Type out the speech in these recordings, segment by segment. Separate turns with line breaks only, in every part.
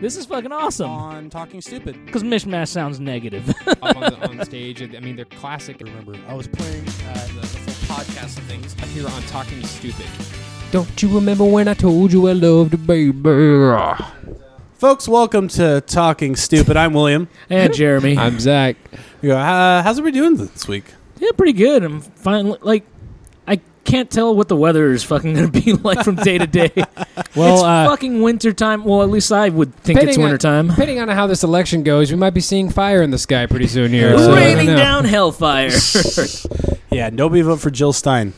This is fucking awesome.
on Talking Stupid.
Because mishmash sounds negative.
up on, the, on stage. I mean, they're classic.
Remember, I was playing uh, the, the full podcast of things.
I hear on Talking Stupid.
Don't you remember when I told you I loved a baby?
Folks, welcome to Talking Stupid. I'm William.
and Jeremy.
I'm Zach.
You go, uh, how's everybody doing this week?
Yeah, pretty good. I'm finally like I can't tell what the weather is fucking going to be like from day to day.
Well,
it's
uh,
fucking winter time. Well, at least I would think it's
Depending on-
winter time.
Depending on how this election goes, we might be seeing fire in the sky pretty soon here.
It's
so I don't
raining
know.
down hellfire.
Yeah, nobody vote for Jill Stein.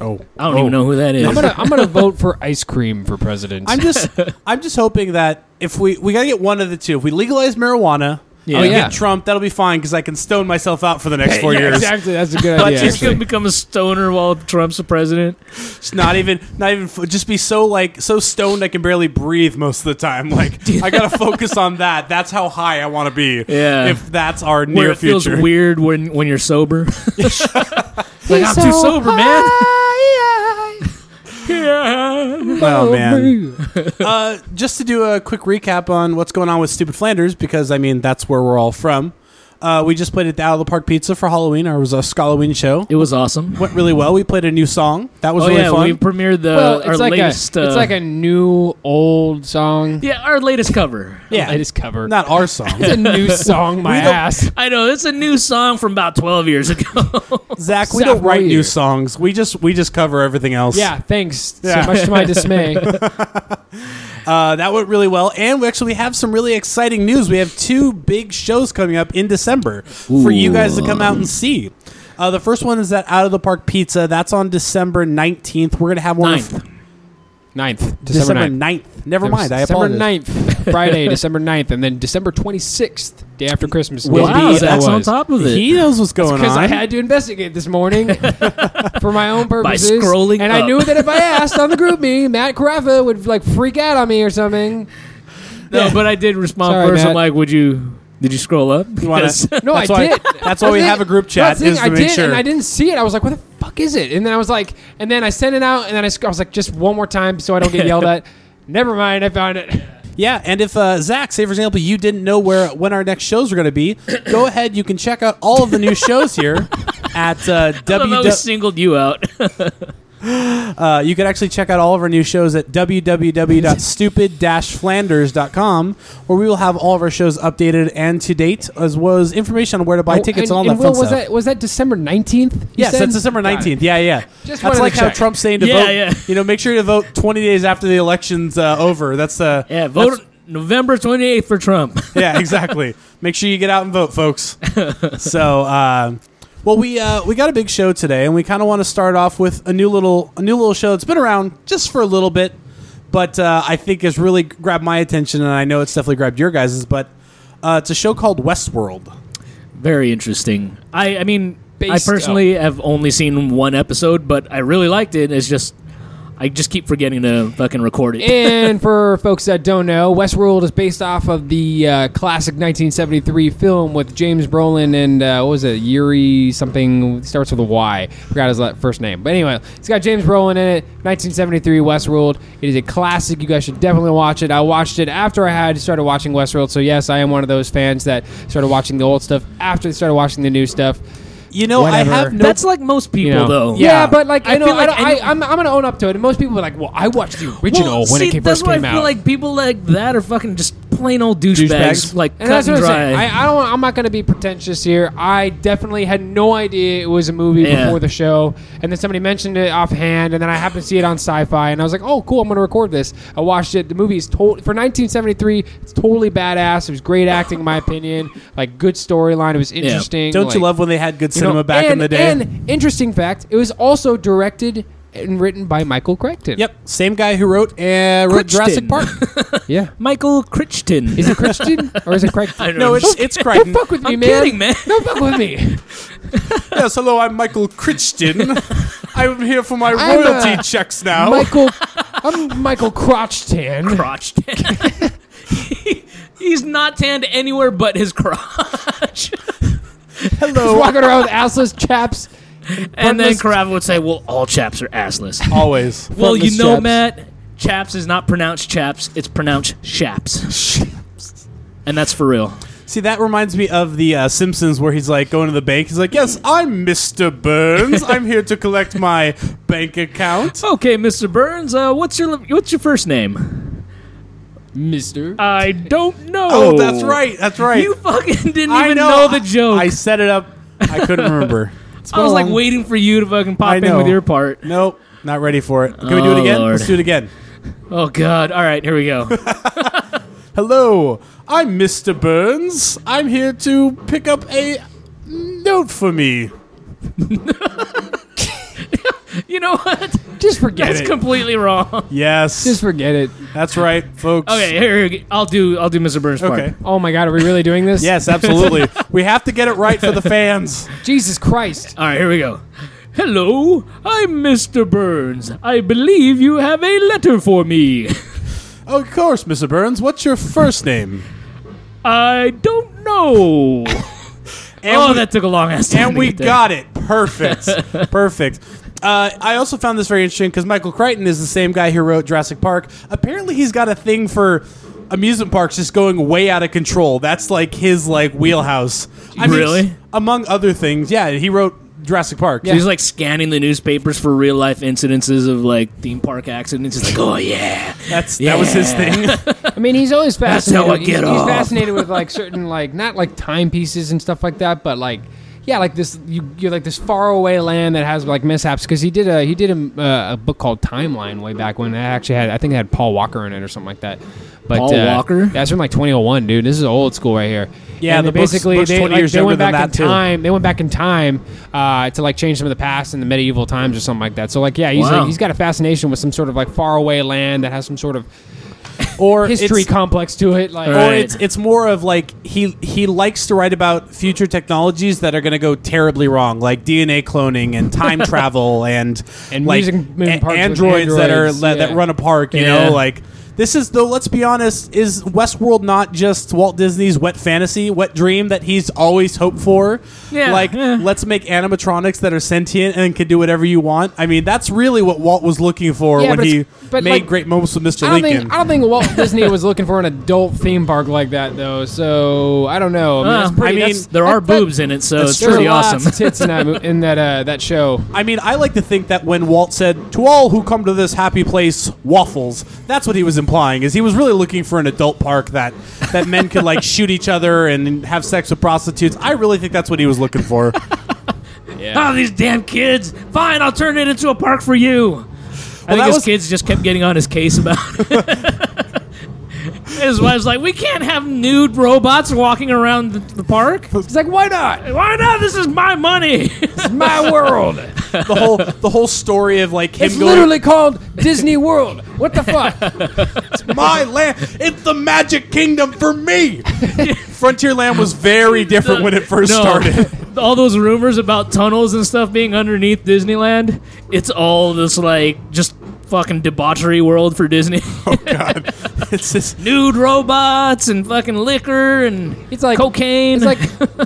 Oh,
I don't even know who that
I'm
is.
gonna I'm gonna vote for ice cream for president.
I'm just, I'm just hoping that if we we gotta get one of the two. If we legalize marijuana,
Yeah.
and we
Oh, yeah.
get Trump, that'll be fine because I can stone myself out for the next four
Yeah,
years.
Exactly, that's a good
But
idea.
you're going to
actually.
become a stoner while Trump's the president.
Just not even, not even, f- just be so like so stoned I can barely breathe most of the time. Like I gotta focus on that. That's how high I want to be.
Yeah.
if that's our
Where
near
it feels
future.
weird when when you're sober. like I'm too sober, man.
Oh man. uh, just to do a quick recap on what's going on with Stupid Flanders, because I mean that's where we're all from. Uh, we just played at the Out of the Park Pizza for Halloween. Or it was a Halloween show.
it was awesome.
Went really well. We played a new song. That was
oh
really
yeah,
fun.
we premiered the
well,
our
it's like
latest.
a
uh,
it's like a new old song.
yeah, our latest cover.
yeah,
it is cover.
not our song.
It's a new song. My
We don't-
ass.
I know it's a new song from about 12 years ago.
Zach, we don't
Sophomore
write new
year.
songs. We just we just cover everything else.
Yeah, thanks
Yeah.
so much to my dismay.
uh, that went really well. And we actually have some really exciting news. We have two big shows coming up in December for you guys to come out and see. Uh, the first one is that Out of the Park Pizza. That's on December nineteenth. We're gonna have one.
Ninth.
Ninth,
December,
December 9th.
9th. Never mind. I
December
apologize.
9th, Friday, December 9th, and then December 26th, day after Christmas.
Will
Guess
be-
wow,
what that
Zach's on
was?
top of it.
He knows what's going
because
on.
I had to investigate this morning for my own purposes.
scrolling
and
up.
I knew that if I asked on the group me, Matt Carafa would like freak out on me or something.
no, but I did respond
Sorry,
first. I'm
Matt.
like, would you? Did you scroll up?
You wanna-
Because-
No,
That's
I
why-
did.
that's why we
the
have a group
no,
chat,
that's the thing,
is to
I
make
did,
sure.
and I didn't see it. I was like, "What the fuck is it?" And then I was like, and then I sent it out, and then I, sc- I was like, "Just one more time, so I don't get yelled at." Never mind, I found it.
yeah, and if uh, Zach, say for example, you didn't know where when our next shows were going to be, go ahead. You can check out all of the new shows here at uh,
I thought I
w.
was singled you out.
Uh, you can actually check out all of our new shows at www.stupid-flanders.com, where we will have all of our shows updated and to date, as well as information on where to buy tickets
Oh,
and,
and,
all
and
that
Will,
fun
was
stuff.
that was that December nineteenth?
Yes, that's December nineteenth. Yeah, yeah.
Just
that's
wanted to
like how
check.
Trump's saying to
Yeah,
vote.
yeah.
You know, make sure to vote twenty days after the election's uh, over. That's uh,
yeah,
that's-
vote November 28th for Trump.
yeah, exactly. Make sure you get out and vote, folks. so, uh, well, we uh, we got a big show today, and we kind of want to start off with a new little a new little show that's been around just for a little bit, but uh, I think has really grabbed my attention, and I know it's definitely grabbed your guys's. But uh, it's a show called Westworld.
Very interesting. I, I mean,
Based
I personally have only seen one episode, but I really liked it. It's just, I just keep forgetting to fucking record it.
and for folks that don't know, Westworld is based off of the uh, classic 1973 film with James Brolin and uh, what was it, Yuri something starts with a Y. Forgot his la- first name, but anyway, it's got James Brolin in it. 1973 Westworld. It is a classic. You guys should definitely watch it. I watched it after I had started watching Westworld, so yes, I am one of those fans that started watching the old stuff after they started watching the new stuff.
You know,
Whatever.
I have no.
That's like most people,
You know,
though.
yeah, but like I,
I
know,
feel
I
like
don't,
any-
I, I'm, I'm gonna own up to it. And most people are like, well, I watched the original
Well,
when
see,
it came
that's
first
why
came
I
out.
feel like people like that are fucking just plain old douchebags,
Douchebags.
like
And
cut
that's
and
what I'm
dry.
saying. I, I don't. I'm not going to be pretentious here. I definitely had no idea it was a movie
Yeah.
before the show, and then somebody mentioned it offhand, and then I happened to see it on Sci-Fi, and I was like, "Oh, cool! I'm going to record this." I watched it. The movie is totally for 1973. It's totally badass. It was great acting, in my opinion. Like good storyline. It was interesting.
don't you
like-
love when they had good
you know,
cinema back in
and-
the day?
And interesting fact, it was also directed and written by Michael Crichton.
yep, same guy who wrote uh, wrote
Crichton.
Jurassic Park.
Yeah.
Michael Crichton.
Is it Crichton or is it Crichton?
don't
no, it's it's Crichton.
Don't fuck with me,
I'm
man.
kidding, man.
Don't fuck with me.
yes, hello, I'm Michael Crichton. I'm here for my
I'm, uh,
royalty checks now.
Michael,
Oh.
I'm Michael Crotchtan.
crotch tan. He- He's not tanned anywhere but his crotch.
He's walking around with assless chaps.
and then
Frontless-
Carav would say, "Well, all chaps are assless."
Always.
well, you
frontless
know,
chaps.
Matt, Chaps is not pronounced chaps; it's pronounced shaps, and that's for real.
See, that reminds me of the uh, Simpsons where he's like going to the bank. He's like, "Yes, I'm Mr. Burns. I'm here to collect my bank account."
Okay, Mr. Burns, uh, what's your what's your first name?
Mister.
I don't know.
Oh, that's right. That's right.
You fucking didn't
I
even know, the joke. I,
I, I set it up. I couldn't remember. It's been
was
a
like
long-
waiting for you to fucking pop
I
in
know.
with your part.
Nope, not ready for it. Can we do
Oh,
it again?
Lord.
Let's do it again.
Oh God! All right, here we go.
Hello, I'm Mr. Burns. I'm here to pick up a note for me.
you know what?
Just forget
That's
it.
completely wrong.
Yes,
Just forget it.
that's right, folks.
Okay, here we go. I'll do. I'll do Mr. Burns' part.
Okay.
Oh my God, are we really doing this?
Yes, absolutely. we have to get it right for the fans.
Jesus Christ.
All right, here we go. Hello, I'm Mr. Burns. I believe you have a letter for me.
Of course, Mr. Burns. What's your first name?
I don't know.
And
oh,
we-
that took a long ass time.
and
to
we
get there.
got it perfect perfect uh, i also found this very interesting because michael crichton is the same guy who wrote jurassic park apparently he's got a thing for amusement parks just going way out of control that's like his like wheelhouse I
Really?
among other things yeah he wrote jurassic park
He's like scanning the newspapers for real life incidences of like theme park accidents. He's like, oh yeah,
That's, that was his
Yeah.
thing
I mean, he's always fascinated.
how I
he's,
get
he's
off.
fascinated with like certain like not like timepieces and stuff like that, but like yeah, like this you, you're like this faraway land that has like mishaps because he did a he did a, uh, a book called Timeline way back when that actually had I think it had Paul Walker in it or something like that. But,
Paul
uh,
Walker?
That's from like 2001, dude. This is old school right here.
Yeah,
And
the
they
book's-
basically
book's
they,
20
like,
years
they
younger
went
than
back in
that, too.
time. They went back in time uh, to like change some of the past and the medieval times or something like that. So like yeah, he's
Wow.
like, he's got a fascination with some sort of like faraway land that has some sort of
or
history
it's,
complex to it. Like,
Right.
or it's it's more of like he he likes to write about future technologies that are going to go terribly wrong, like DNA cloning and time travel and
And
like
using moving
a-
parts with
androids that are
androids,
that, that
yeah.
run a park. You
Yeah.
know, like this is though. Let's be honest: is Westworld not just Walt Disney's wet fantasy, wet dream that he's always hoped for?
Yeah,
like
yeah.
let's make animatronics that are sentient and can do whatever you want. I mean, that's really what Walt was looking for
Yeah,
when
but
he
it's- but,
made
like,
great moments with Mr.
I don't
Lincoln.
think I don't think Walt Disney was looking for an adult theme park like that though. So I don't know. I mean,
Uh,
that's pretty,
I mean,
that's,
there are
that- that-
boobs in it, so
That's
it's
There's
pretty
lots
awesome.
of tits in that mo- in that uh, that show.
I mean, I like to think that when Walt said, "To all who come to this happy place, waffles," that's what he was implying. Is he was really looking for an adult park that that men could like shoot each other and have sex with prostitutes. I really think that's what he was looking for.
Oh, these damn kids! Fine, I'll turn it into a park for you. I
that
think his
was-
kids just kept getting on his case about it. his wife's like, "We can't have nude robots walking around the, the park.
It's like why not?
Why not? This is my money."
It's my world.
The whole the whole story of like him
It's
going,
literally called Disney World. What the fuck?
"My land, it's the Magic Kingdom for me." Frontierland was very different when it first
No.
started.
all those rumors about tunnels and stuff being underneath Disneyland, it's all this like just fucking debauchery world for Disney.
It's just
nude robots and fucking liquor and
It's like
cocaine.
It's like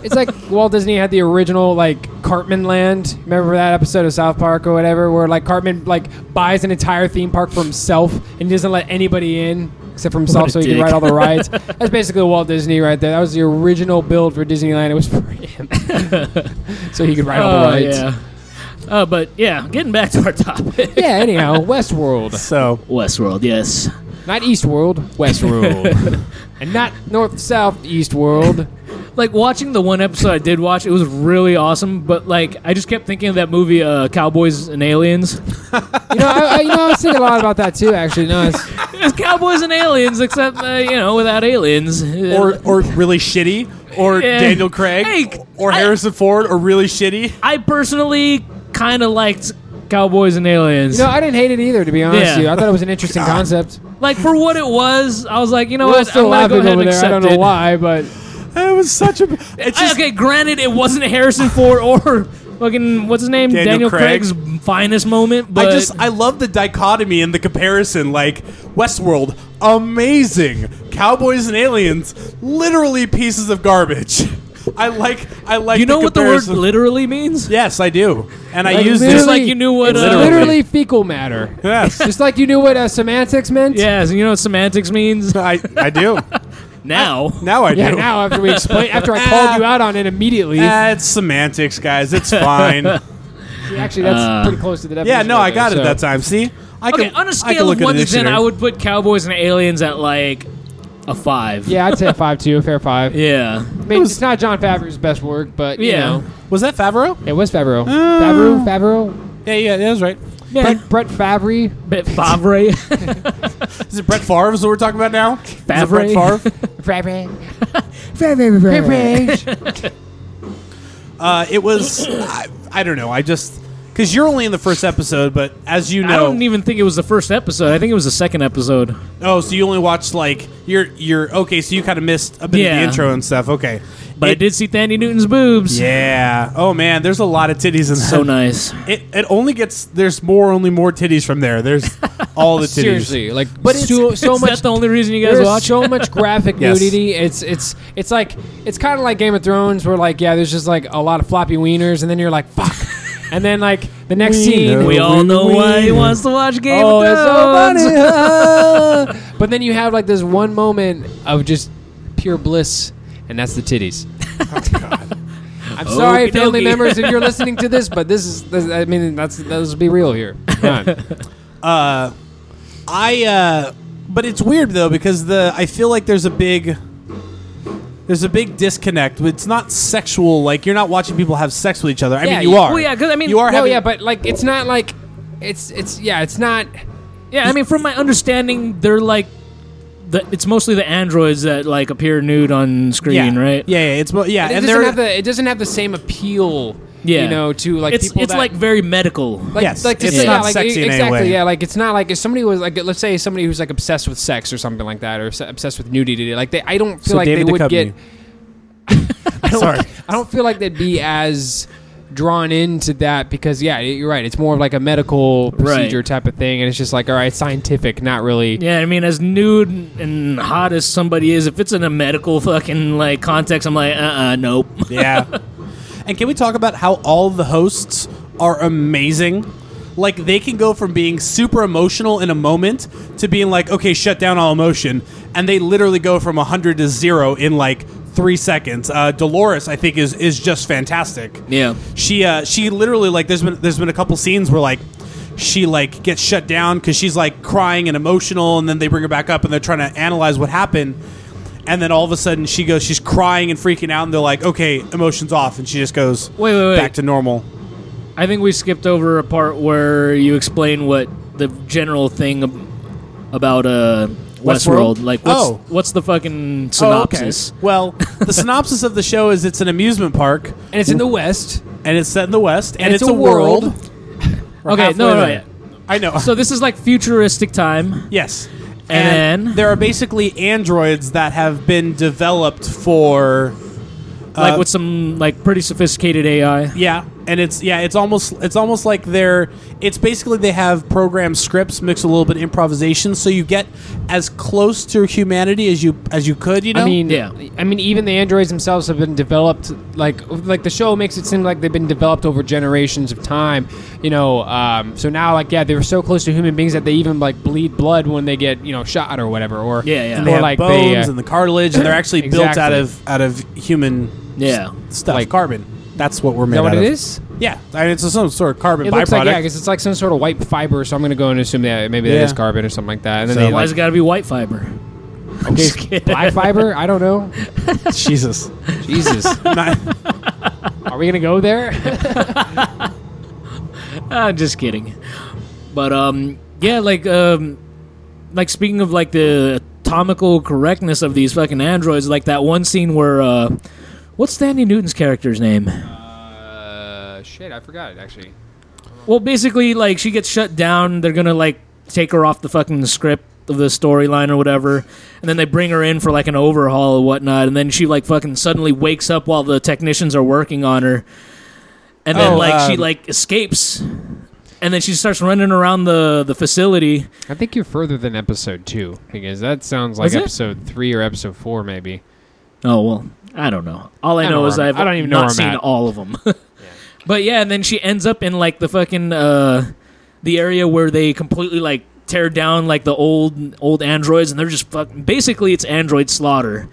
it's like Walt Disney had the original like Cartman Land. Remember that episode of South Park or whatever, where like Cartman like buys an entire theme park for himself and doesn't let anybody in except for himself,
a
so he can
dick.
ride all the rides. That's basically Walt Disney right there. That was the original build for Disneyland. It was for him, so he could ride all the
Oh,
rides.
yeah. Uh, but yeah, getting back to our topic.
Yeah. Anyhow, Westworld,
so.
Westworld, yes.
not Eastworld, Westworld, and not North South Eastworld.
Like watching the one episode I did watch, it was really awesome. But like, I just kept thinking of that movie, uh, Cowboys and Aliens.
You know, I, I, you know, I was thinking a lot about that too. Actually, no, it's,
It's Cowboys and Aliens, except uh, you know, without aliens.
Or, or really shitty, or
Yeah.
Daniel Craig,
Hey,
or
I-
Harrison Ford, or really shitty.
I personally kind of liked Cowboys and Aliens.
No, I didn't hate it either, to be honest
Yeah.
with you. I thought it was an interesting concept.
like for what it was, I was like, you know
Well,
what?
still
I'm gonna
laughing
go ahead
over
and
there. I
accept
don't know
it.
why, but
It was such a. It's
I-
just
okay, granted, it wasn't Harrison Ford or fucking what's his name,
Daniel Craig.
Craig's finest moment. But
I just I love the dichotomy and the comparison. Like Westworld, amazing. Cowboys and aliens, literally pieces of garbage. I like. I like.
You know
the
what the word
comparison.
literally means?
Yes, I do, and I
Like,
use
Just
this.
like you knew what.
Literally,
Uh,
fecal matter.
Yes,
Just like you knew what uh, semantics meant.
yes, you know what semantics means
I, I do.
now.
Now I do.
Yeah, now after we explain, after I called you out on it immediately,
Ah, it's semantics, guys. It's fine.
actually that's pretty close to the definition.
yeah, no, I
right
got it
there, so.
that time. See, I
Okay,
can,
on a
I can
scale
look
of
at
one
the
to ten,
dictionary.
I would put cowboys and aliens at like a five.
Yeah, I'd say a five two, a fair five.
Yeah.
I mean, it's not John Favreau's best work, but you
Yeah.
know,
Was that Favreau?
it was Favreau.
Uh,
Favreau, Favreau,
Yeah, yeah, that was right.
Brett, Brett Favre.
Bit Favre.
Is it Brett Favre? Is what we're talking about now? Is it Brett
Favre.
Favre?
Favre.
Uh, it was. I, I don't know. I just because you're only in the first episode, but as you
I
know,
don't even think it was the first episode. I think it was the second episode.
oh, so you only watched like you're you're okay. So you kind of missed a bit of
Yeah.
the intro and stuff. Okay,
But I
it,
did see Thandi Newton's boobs.
Yeah. Oh man, there's a lot of titties in
So
that.
nice.
It it only gets there's more only more titties from there. There's all the titties.
Seriously, like
But it's-
so, so
Is
much.
that the only reason you guys
There's
watch?
so much graphic
Yes.
nudity. It's it's it's like it's kind of like Game of Thrones, where like yeah, there's just like a lot of floppy wieners, and then you're like fuck, and then like the next scene,
know.
We all know why he wants to watch Game
oh,
of
it's so
Thrones.
funny. ah. but then you have like this one moment of just pure bliss, and that's the titties. I'm sorry,
Okey-dokey.
family members, if you're listening to this, but this is this, I mean that's let's be real here. Come on.
Uh, I uh, but it's weird though because the I feel like there's a big there's a big disconnect. It's not sexual. Like you're not watching people have sex with each other. I
Yeah,
mean, you
you-
are.
Well, yeah, because I mean,
you are
No,
having.
yeah, but like it's not like it's it's yeah, it's not.
yeah, I mean, from my understanding, they're like, the, it's mostly the androids that like appear nude on screen,
yeah,
right?
Yeah, yeah, it's mo- yeah,
It
and
doesn't
they're
have the it doesn't have the same appeal.
Yeah.
you know, to like
it's
people
it's
that-
like very medical.
Like,
Yes,
like to
it's
say-
not
yeah, like,
sexy in any
exactly,
way.
Yeah, like it's not like if somebody was like, let's say somebody who's like obsessed with sex or something like that, or s- obsessed with nudity. Like they, I don't feel
So
like
David
they would
Duchovny.
get. I don't,
Sorry.
I don't feel like they'd be as drawn into that because yeah, you're right. It's more of like a medical procedure type of thing, and it's just like all right, scientific, not really.
Yeah, I mean, as nude and hot as somebody is, if it's in a medical fucking like context, I'm like, uh, uh nope.
yeah. And can we talk about how all the hosts are amazing? Like they can go from being super emotional in a moment to being like, okay, shut down all emotion, and they literally go from hundred to zero in like three seconds. Uh, Dolores, I think, is is just fantastic.
Yeah.
She uh, she literally like there's been there's been a couple scenes where like she like gets shut down because she's like crying and emotional, and then they bring her back up and they're trying to analyze what happened, and then all of a sudden she goes she's crying and freaking out, and they're like, okay, emotions off, and she just goes
Wait, wait, wait.
back to normal.
I think we skipped over a part where you explain what the general thing ab- about uh,
Westworld?
Westworld. Like, what's,
Oh.
what's the fucking synopsis?
Oh, okay. Well, the synopsis of the show is it's an amusement park
And it's in the West.
and it's set in the West and,
it's
it's,
a
a world.
world.
We're
Okay, no,
halfway
no,
there. I know.
So this is like futuristic time.
Yes.
And-
there are basically androids that have been developed for
like
Uh,
with some like pretty sophisticated AI.
yeah, and it's yeah, it's almost it's almost like they're it's basically they have programmed scripts mixed with a little bit of improvisation so you get as close to humanity as you as you could, you know.
I mean,
Yeah.
I mean, even the androids themselves have been developed. Like, like the show makes it seem like they've been developed over generations of time. You know, um, so now, like, yeah, they were so close to human beings that they even like bleed blood when they get you know shot or whatever. Or
Yeah, yeah.
and
And
they
or
have
like
bones
they, uh,
and the cartilage and they're actually built out
Exactly.
of out of human
Yeah.
stuff,
Like-
carbon. That's what we're
is
made
that what
out
it
of.
is?
Yeah, I mean, it's some sort of carbon
It
byproduct.
looks like yeah, because it's like some sort of white fiber. So I'm gonna go and assume that maybe that
Yeah.
is carbon or something like that. And then
So
they
Why's it
like
got to be white fiber? I'm just kidding.
black fiber. I don't know.
Jesus,
Jesus,
Not-
are we gonna go there?
I'm Ah, just kidding. But um, yeah, like um, like speaking of like the atomical correctness of these fucking androids, like that one scene where uh, what's Stanley Newton's character's name?
uh, shit, I forgot it actually.
Well, basically, like she gets shut down. They're gonna like take her off the fucking script of the storyline or whatever, and then they bring her in for like an overhaul or whatnot. And then she like fucking suddenly wakes up while the technicians are working on her, and then
Oh,
like she
um,
like escapes, and then she starts running around the the facility.
I think you're further than episode two because that sounds like
Is it?
episode three or episode four, maybe.
Oh well, I don't know. All I,
I don't
know
know
is
where I'm-
I've
I don't even know
not
where I'm
seen
at.
all of them. But yeah, and then she ends up in like the fucking uh, the area where they completely like tear down like the old old androids, and they're just fucking. Basically, it's android slaughter.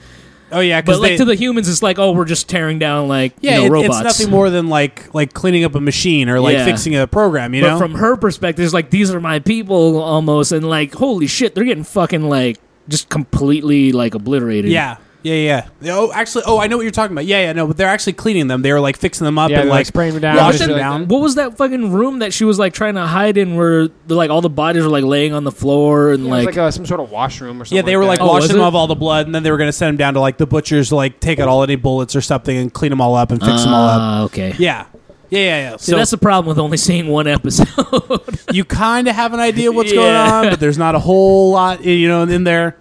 Oh yeah,
But
because
like to the humans, it's like oh, we're just tearing down like
yeah,
you know,
it-
robots.
it's nothing more than like like cleaning up a machine or like
Yeah.
fixing a program. You
but
know,
from her perspective, it's like these are my people almost, and like holy shit, they're getting fucking like just completely like obliterated.
yeah. Yeah, yeah. yeah. Oh, actually, oh, I know what you're talking about. Yeah, yeah, no, but they're actually cleaning them. They were like fixing them up
Yeah,
and
they're, like,
like
spraying them down,
washing
just
them
like
down.
What was that fucking room that she was like trying to hide in, where the, like all the bodies were like laying on the floor and
It
like,
was like uh, some sort of washroom or something.
Yeah, they were like
Oh, was
washing them
it?
of all the blood, and then they were going to send them down to like the butchers to like take out all any bullets or something and clean them all up and fix them all up.
Ah, okay.
Yeah, yeah, yeah. yeah.
See,
So
that's the problem with only seeing one episode.
you kind of have an idea what's
Yeah.
going on, but there's not a whole lot, you know, in there.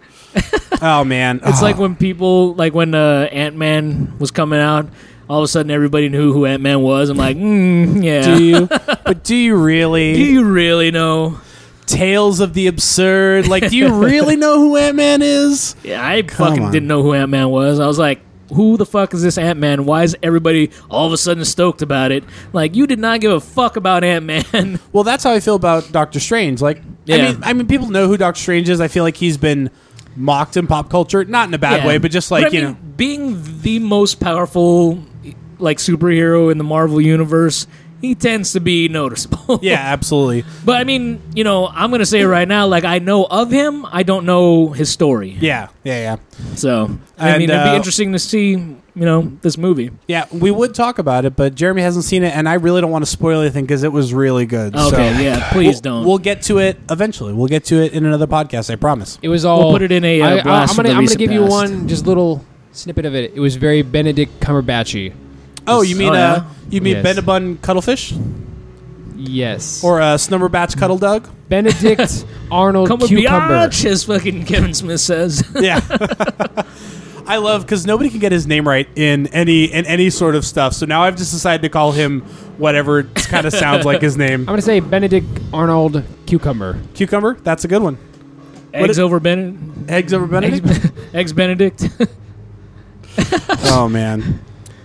oh man,
it's
Oh.
like when people, like when uh, Ant Man was coming out, all of a sudden everybody knew who Ant Man was. I'm like, mm, yeah.
do you, but do you really
Do you really know?
tales of the absurd? Like, do you really know who Ant Man is?
Yeah, I fucking
on.
didn't know who Ant Man was. I was like, who the fuck is this Ant Man? Why is everybody all of a sudden stoked about it? Like, you did not give a fuck about Ant Man.
Well, that's how I feel about Doctor Strange. Like, I
Yeah.
mean, I mean, people know who Doctor Strange is. I feel like he's been mocked in pop culture, not in a bad
Yeah.
way, but just like
But I
you
mean,
know.
being the most powerful like superhero in the Marvel universe, he tends to be noticeable.
Yeah, absolutely.
But I mean, you know, I'm gonna say right now, like I know of him, I don't know his story.
Yeah, yeah, yeah.
So I
And,
mean, it'd
uh,
be interesting to see, you know, this movie.
Yeah, we would talk about it, but Jeremy hasn't seen it, and I really don't want to spoil anything because it was really good.
Okay,
so
yeah, please
we'll,
don't.
We'll get to it eventually. We'll get to it in another podcast, I promise.
It was all.
We'll put it in a, uh,
I,
blast
am
from
gonna,
the
I'm gonna
recent
give you
past.
one just little snippet of it. It was very Benedict Cumberbatchy.
Oh, you mean
Oh, yeah?
uh, you mean
Yes.
Benabun Cuttlefish
Yes.
or uh, Snumberbatch Cuddle Dog?
Benedict Arnold
Come with
Cucumber.
biatch, as fucking Kevin Smith says.
Yeah. I love because nobody can get his name right in any in any sort of stuff. So now I've just decided to call him whatever kind of sounds like his name.
I'm gonna say Benedict Arnold Cucumber.
Cucumber. That's a good one.
Eggs
it-
over Benedict.
Eggs over Benedict.
Eggs Benedict.
Uh, oh man.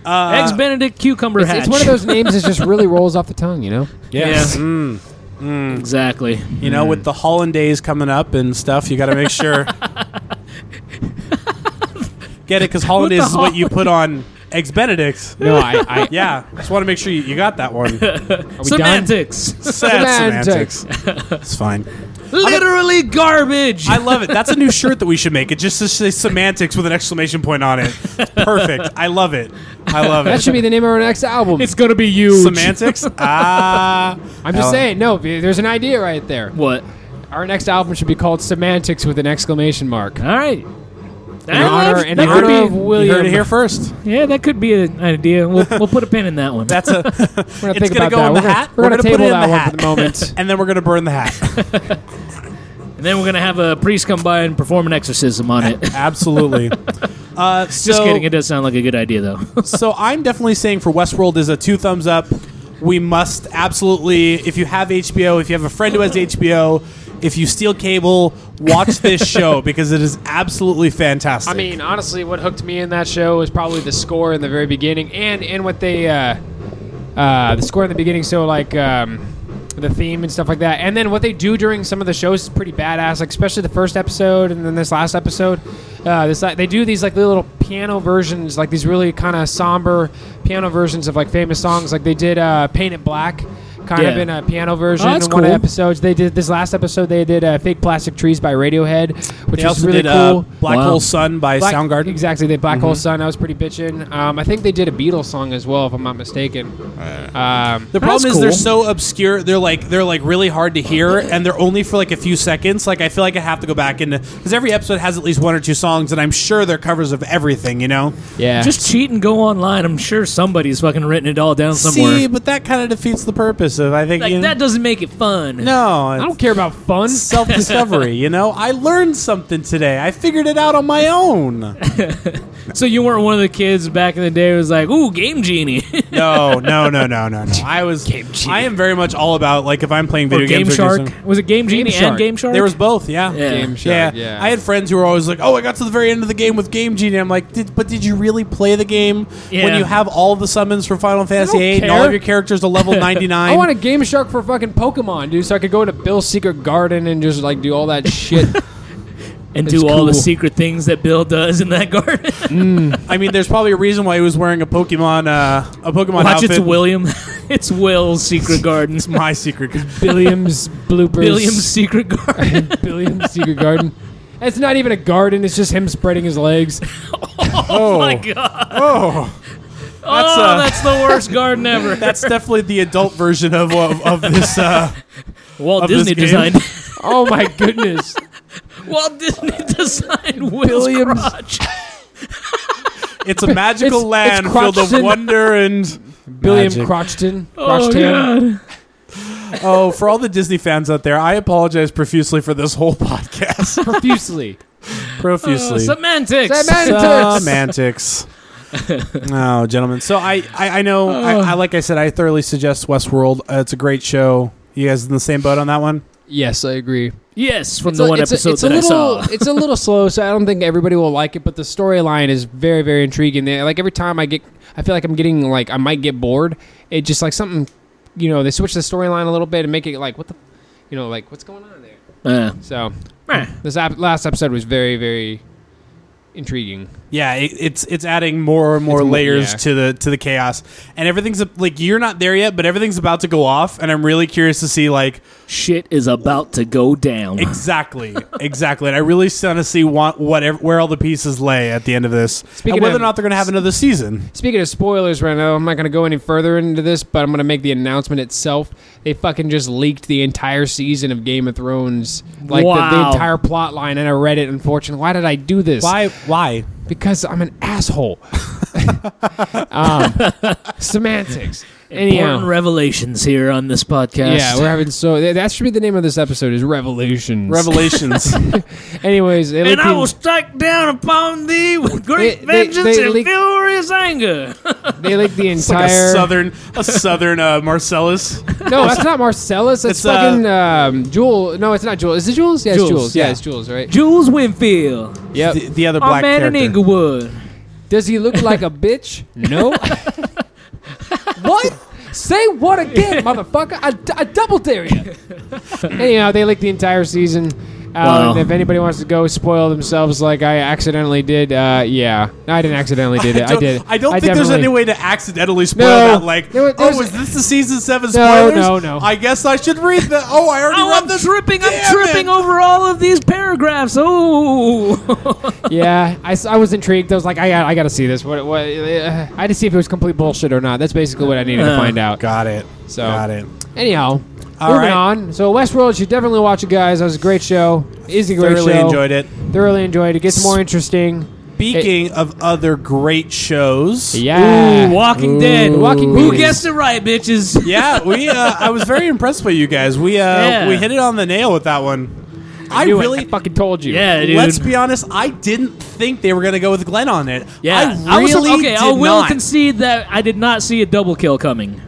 Uh,
Eggs Benedict cucumber
It's,
hatch.
it's one of those names that just really rolls off the tongue, you know.
Yes.
Yeah. Mm.
exactly.
You know,
Mm.
with the hollandaise coming up and stuff, you got to make sure. Get it? Because hollandaise
With
is
the
what you put on eggs Benedict.
No, I. I
Yeah, just want to make sure you, you got that one.
are we done?
Semantics.
Sad semantics. It's fine.
Literally garbage.
I love it. That's a new shirt that we should make. It just says semantics with an exclamation point on it. It's perfect. I love it. I love
That
it.
should be the name of our next album.
it's gonna be you.
Semantics? Ah.
I'm just
Oh.
saying. No, there's an idea right there.
What?
Our next album should be called Semantics with an exclamation mark.
All right.
In honor, in
that
honor
could
of
be,
You
William.
heard it here first.
yeah, that could be an idea. We'll, we'll put a pin in that one.
That's a.
We're gonna
It's
think
gonna
about
go in
that. we're
the
gonna,
hat.
We're
We're gonna
gonna,
put
table
it in
that
the
one
hat.
for the moment.
And then we're gonna burn the hat.
and then we're gonna have a priest come by and perform an exorcism on it.
Absolutely. Uh,
Just
so-
kidding. It does sound like a good idea though.
so I'm definitely saying for Westworld is a two thumbs up. We must absolutely, if you have HBO, if you have a friend who has HBO, if you steal cable, watch this show because it is absolutely fantastic.
I mean, honestly, what hooked me in that show was probably the score in the very beginning, and and what they, uh, uh, the score in the beginning. So like um, the theme and stuff like that, and then what they do during some of the shows is pretty badass. Like especially the first episode, and then this last episode. Uh, this like, they do these like little piano versions, like these really kind of somber piano versions of like famous songs. Like they did uh, "Paint It Black." Kind of
Yeah.
in a piano version
Oh, that's
in one of the
cool.
episodes. They did this last episode. They did uh, "Fake Plastic Trees" by Radiohead, which
they
was
also
really
did uh,
cool.
Black
Wow.
Hole Sun by
Black-
Soundgarden.
Exactly. They Black Hole Sun. I was pretty bitching. Um, I think they did a Beatles song as well, if I'm not mistaken. Um,
The problem
That's
is they're
cool.
so obscure. They're like they're like really hard to hear, and they're only for like a few seconds. Like I feel like I have to go back into because every episode has at least one or two songs, and I'm sure they're covers of everything. You know,
yeah.
Just cheat and go online. I'm sure somebody's fucking written it all down somewhere.
see, but that kind of defeats the purpose of I think you
like
know-
that doesn't make it fun.
No,
I don't care about fun.
self discovery. You know, I learned something today. I figured it out on my own.
So you weren't one of the kids back in the day who was like, "Ooh, Game Genie."
No, no, no, no, no, no. I was. I am very much all about like if I'm playing
or
video
Game
games. or
Shark.
something-
Was it Game Genie and
Shark.
Game Shark?
There was both. Yeah.
Yeah.
Game Shark, yeah.
I had friends who were always like, "Oh, I got to the very end of the game with Game Genie." I'm like, did, "But did you really play the game when
Yeah.
you have all the summons from Final Fantasy
don't
VIII and all
care.
of your characters to level 99?"
I want a Game Shark for fucking Pokemon, dude, so I could go to Bill's Secret Garden and just like do all that shit.
and
It's
do all the
cool.
secret things that Bill does in that garden.
I mean, there's probably a reason why he was wearing a Pokemon uh, a Pokemon
Watch,
outfit.
it's William. it's Will's secret garden.
It's my secret.
Billiams bloopers.
William's secret garden.
Billiams Secret Garden. It's not even a garden. It's just him spreading his legs.
Oh, my god!
Oh,
oh,
uh,
that's the worst garden ever.
that's definitely the adult version of of, of this. Uh,
Walt
of this
Disney
game.
designed.
Oh my goodness!
Walt Disney designed Will's
Billions.
crotch.
it's a magical
it's
land filled of
Crotchton.
wonder and
Billiam
Magic.
Crotchton.
Oh
Crotchton.
god!
oh, for all the Disney fans out there, I apologize profusely for this whole podcast.
profusely.
Uh,
profusely.
semantics. Uh,
Semantics.
Uh, Semantics. oh, gentlemen. So I, I, I know. I, I
Oh.
like I said, I thoroughly suggest Westworld. Uh, it's a great show. You guys in the same boat on that one?
Yes, I agree.
Yes, from the one episode that
a little,
I saw.
it's a little slow, so I don't think everybody will like it. But the storyline is very, very intriguing. They- Like every time I get, I feel like I'm getting like I might get bored. It just like something, you know, they switch the storyline a little bit and make it like what the, you know, like what's going on there.
Uh,
So
meh.
this ap- last episode was very, very intriguing.
Yeah, it, it's it's adding more and more
It's more-
layers
yeah.
to the to the chaos, and everything's like you're not there yet, but everything's about to go off, and I'm really curious to see like
Shit is about to go down.
exactly, exactly, and I really want to see what, what ev- where all the pieces lay at the end of this,
Speaking
and whether
of-
or not they're going to have another season.
Speaking of spoilers right now, I'm not going to go any further into this, but I'm going to make the announcement itself. They fucking just leaked the entire season of Game of Thrones, like the, the
Wow.
entire plot line, and I read it. Unfortunately, why did I do this?
Why? Why?
Because I'm an asshole. um, semantics.
Important
Anyhow,
revelations here on this podcast.
yeah, we're having so that- that should be the name of this episode is Revolutions.
Revelations.
Anyways, they
and
leaked
I
the-
will strike down upon thee with great
They- they-
vengeance
they
and
leak-
furious anger.
they leaked the
It's like a
entire
southern, a southern uh, Marcellus.
No, that's not Marcellus. That's
It's, uh,
fucking um, Jewel. No, it's not Jewel. Is it Jules? Yeah, it's
Jules,
Jules. Yeah,
yeah.
it's Jules, right?
Jules Winfield,
Yep.
The, the other
our
black
man in
character.
Inglewood.
Does he look like a bitch? No. what? Say what again, motherfucker? I, d- I double dare you. Anyhow, they leaked the entire season. Uh,
Wow.
and If anybody wants to go spoil themselves like I accidentally did, uh, yeah. No, I didn't accidentally did it. I,
don't-
did.
I don't think there's
definitely-
any way to accidentally spoil
No.
that. Like,
There was-
oh, is
there's-
this the season seven
No,
spoilers?
no, no.
I guess I should read the. Oh, I already
Oh,
read
I'm
this.
tripping!
Damn
I'm tripping
it.
over all of these paragraphs. Oh,
yeah, I, s- I was intrigued. I was like, I got I got to see this. What? What? Uh, I had to see if it was complete bullshit or not. That's basically what I needed to
Uh,
find out.
Got it.
So-
Got it.
Anyhow,
All
moving
right.
on. So Westworld, you should definitely watch it, guys. That was a great show. Is a great
Thoroughly
show.
enjoyed it.
Thoroughly enjoyed it. Gets more interesting.
Speaking of other great shows.
Yeah.
Ooh, Walking Dead.
Walking
who
Dead.
guessed it right, bitches?
Yeah, we. Uh, I was very impressed by you guys. We uh,
Yeah.
we hit it on the nail with that one. I
Knew it.
really
I fucking told you.
Yeah, dude.
Let's be honest. I didn't think they were going to go with Glenn on it.
Yeah,
I really
was, okay.
did
I will
not.
concede that I did not see a double kill coming.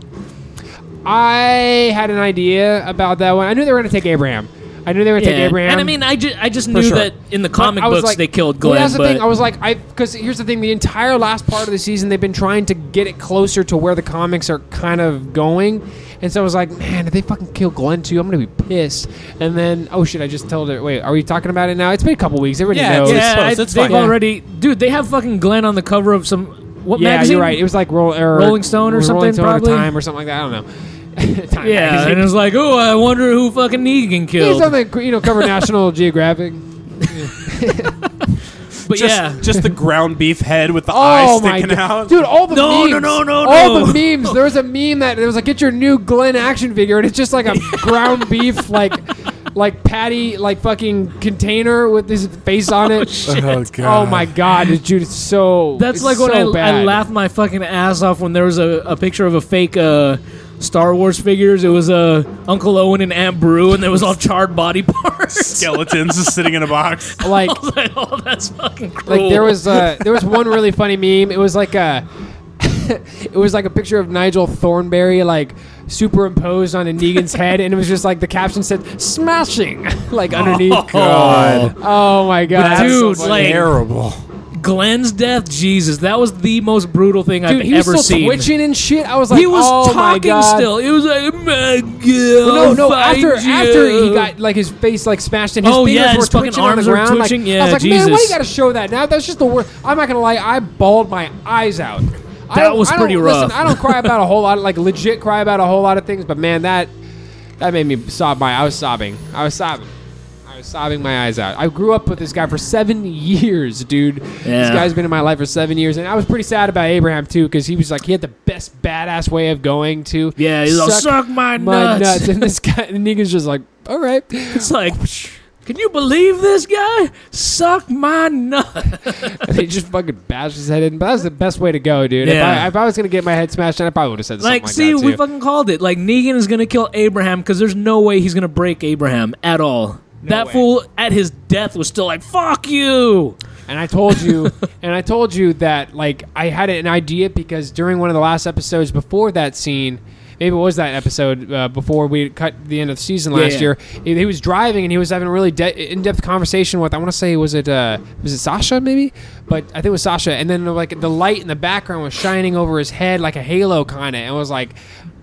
I had an idea about that one. I knew they were going to take Abraham. I knew they were going to
Yeah.
take Abraham.
And I mean, I, ju- I just knew
sure.
that in the comic
I was
books
like-
they killed
Well,
Glenn,
that's the
but
thing. I was like, I because here's the thing: the entire last part of the season, they've been trying to get it closer to where the comics are kind of going, and so I was like, man, if they fucking kill Glenn too, I'm gonna be pissed. And then, oh shit, I just told her. Wait, are we talking about it now? It's been a couple weeks. Everybody
Yeah,
knows.
it's-
yeah, I,
supposed-
they've
fine. Yeah.
already, dude. They have fucking Glenn on the cover of some what
Yeah,
magazine?
you're right. It was like Roll, or
Rolling Stone or
Rolling
something,
Stone or
probably?
Time or something like that. I don't know. time
yeah,
magazine.
and it was like, oh, I wonder who fucking Negan
It's
killed.
something you know, cover National Geographic.
but
just,
yeah,
just the ground beef head with the eye
Oh my
sticking
god,
out.
dude! All the
No,
memes,
no, no, no,
all
no.
the memes. There was a meme that it was like, "Get your new Glenn action figure," and it's just like a ground beef, like, like patty, like fucking container with his face on it.
Oh,
Oh my god, dude! It's so
that's
it's
like
so
when I, I
bad.
laughed my fucking ass off when there was a, a picture of a fake uh, Star Wars figures. It was uh, Uncle Owen and Aunt Brew, and there was all charred body parts.
Skeletons just sitting in a box.
Like
I was like, oh, that's fucking cruel.
like there was uh, there was one really funny meme. It was like a it was like a picture of Nigel Thornberry like superimposed on a Negan's head, and it was just like the caption said "smashing" like underneath.
God.
Oh my god,
Dude, like-
Terrible.
Glenn's death. Jesus, that was the most brutal thing
Dude,
I've
he was
ever
still
seen.
twitching and shit. I was like,
he was
oh my
talking
god.
still. He was like, "My God,
No, no.
I'll
After
find
after he
you."
got like his face like smashed and his
Oh,
fingers
yeah,
were
his fucking
twitching on the
arms were
ground. like,
twitching.
I
Yeah,
was like, man, why
Jesus.
you got to show that now? That's just the worst. I'm not gonna lie. I bawled my eyes out.
That
I don't-
was
I don't-
pretty
listen,
rough.
I don't cry about a whole lot. Like legit, cry about a whole lot of things. But man, that that made me sob. My I was sobbing. I was sobbing. I was sobbing my eyes out. I grew up with this guy for seven years, dude. This
Yeah.
guy's been in my life for seven years, and I was pretty sad about Abraham too, because he was like he had the best badass way of going to.
Yeah, he's like, "Suck my nuts."
and this guy, and Negan's just like, all right.
It's like, can you believe this guy? Suck my nut.
And he just fucking bashed his head in. But that was the best way to go, dude. If,
Yeah.
I, if I was gonna get my head smashed, in, I probably would have said something
Like,
like,
see,
that
we
too.
fucking called it. Like, Negan is gonna kill Abraham because there's no way he's gonna break Abraham at all. that
way.
fool at his death was still like, "Fuck you."
and I told you, and I told you that like I had an idea because during one of the last episodes before that scene, maybe it was that episode uh, before we cut the end of the season
Yeah,
last
yeah.
year. He, he was driving and he was having a really de- in-depth conversation with I want to say was it uh, was it Sasha maybe, but I think it was Sasha. And then like the light in the background was shining over his head like a halo kind of, and I was like,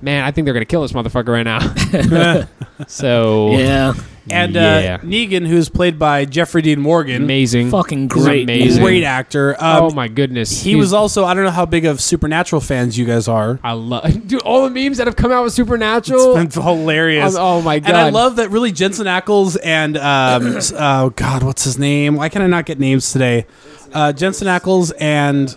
man, I think they're gonna kill this motherfucker right now. so
Yeah,
And uh,
Yeah.
Negan, who's played by Jeffrey Dean Morgan,
amazing,
fucking
He's
great.
amazing.
great actor. Um,
Oh my goodness,
he
He's-
was also I don't know how big of Supernatural fans you guys are.
I love dude. All the memes that have come out with Supernatural.
It's been hilarious.
Oh, oh my
And I
God.
love that really Jensen Ackles and um, s- oh god, what's his name? Why can I not get names today? Uh, Jensen Ackles and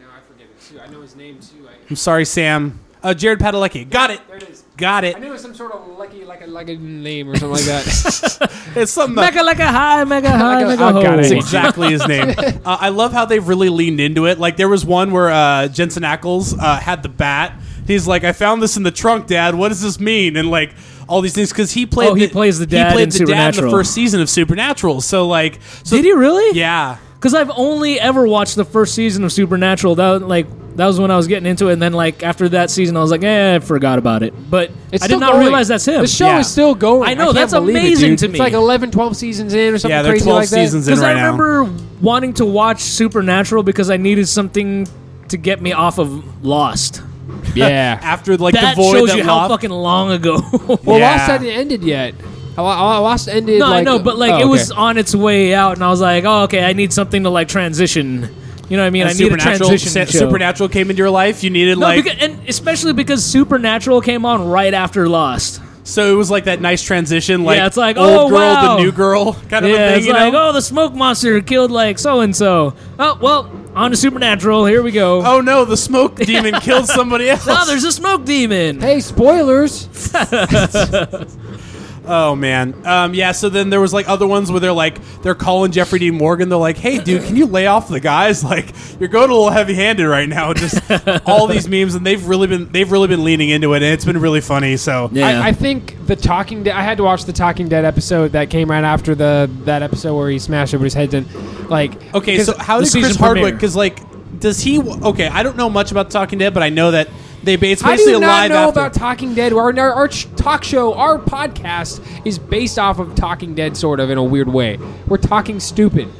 Now I forget it too. I know his name too. I,
I'm sorry, Sam. Uh, Jared Padalecki. Got it.
there it is.
Got it.
I knew it was some sort of lucky, like a like a name or something like that.
It's something.
Mega like a high, mega high,
Like a-
mega
oh, God, I
That's
ho.
hate you.
exactly his name. Uh, I love how they've really leaned into it. Like there was one where uh, Jensen Ackles uh, had the bat. He's like, "I found this in the trunk, Dad. What does this mean?" And like all these things because he played.
Oh, he plays the dad
He played
in
the dad in the
Supernatural.
first season of Supernatural. So like, so
Did he really?
yeah.
Because I've only ever watched the first season of Supernatural. That like that was when I was getting into it, and then like after that season, I was like, eh, I forgot about it. But I did
still
not
going.
realize that's him.
The show
Yeah.
is still going.
I know,
can't
that's
believe it,
amazing
dude.
to
It's
me.
like 11, 12 seasons in or something
Yeah, they're
crazy
twelve
like that.
seasons in
Because
right
I
now.
remember wanting to watch Supernatural because I needed something to get me off of Lost.
Yeah.
After like
that
the void
shows
that
you how
left-
fucking long ago.
well,
Yeah.
Lost hadn't ended yet. I I- I Lost ended.
no,
like,
I know, but like
oh,
it was
okay.
on its way out, and I was like, oh, okay, I need something to like transition. You know what I mean? I need a
Supernatural,
transition
Sa-
show.
Supernatural came into your life. You needed
No,
like
because, and especially because Supernatural came on right after Lost.
so it was like that nice transition. Like
it's like,
old
oh,
girl,
wow.
the new girl kind of a
Yeah,
thing.
it's
you
like,
know?
oh, the smoke monster killed like so and so. Oh well, on to Supernatural. Here we go.
oh no, the smoke demon killed somebody else.
now there's a smoke demon.
Hey, spoilers!
Oh man, um, yeah. So then there was like other ones where they're like they're calling Jeffrey Dean Morgan. They're like, "Hey, dude, can you lay off the guys? Like, you're going a little heavy-handed right now." Just all these memes, and they've really been they've really been leaning into it, and it's been really funny. So
Yeah.
I, I think the Talking Dead. I had to watch the Talking Dead episode that came right after the that episode where he smashed everybody's heads in. Like,
okay,
because-
so how
the
did
season
Chris Hardwick?
premiere.
Because like, does he? Okay, I don't know much about The Talking Dead, but I know that they ba- it's
How do
basically
you
a
not
live
know
after.
about Talking Dead? Our, our, our sh- talk show, our podcast is based off of Talking Dead, sort of in a weird way. We're talking stupid.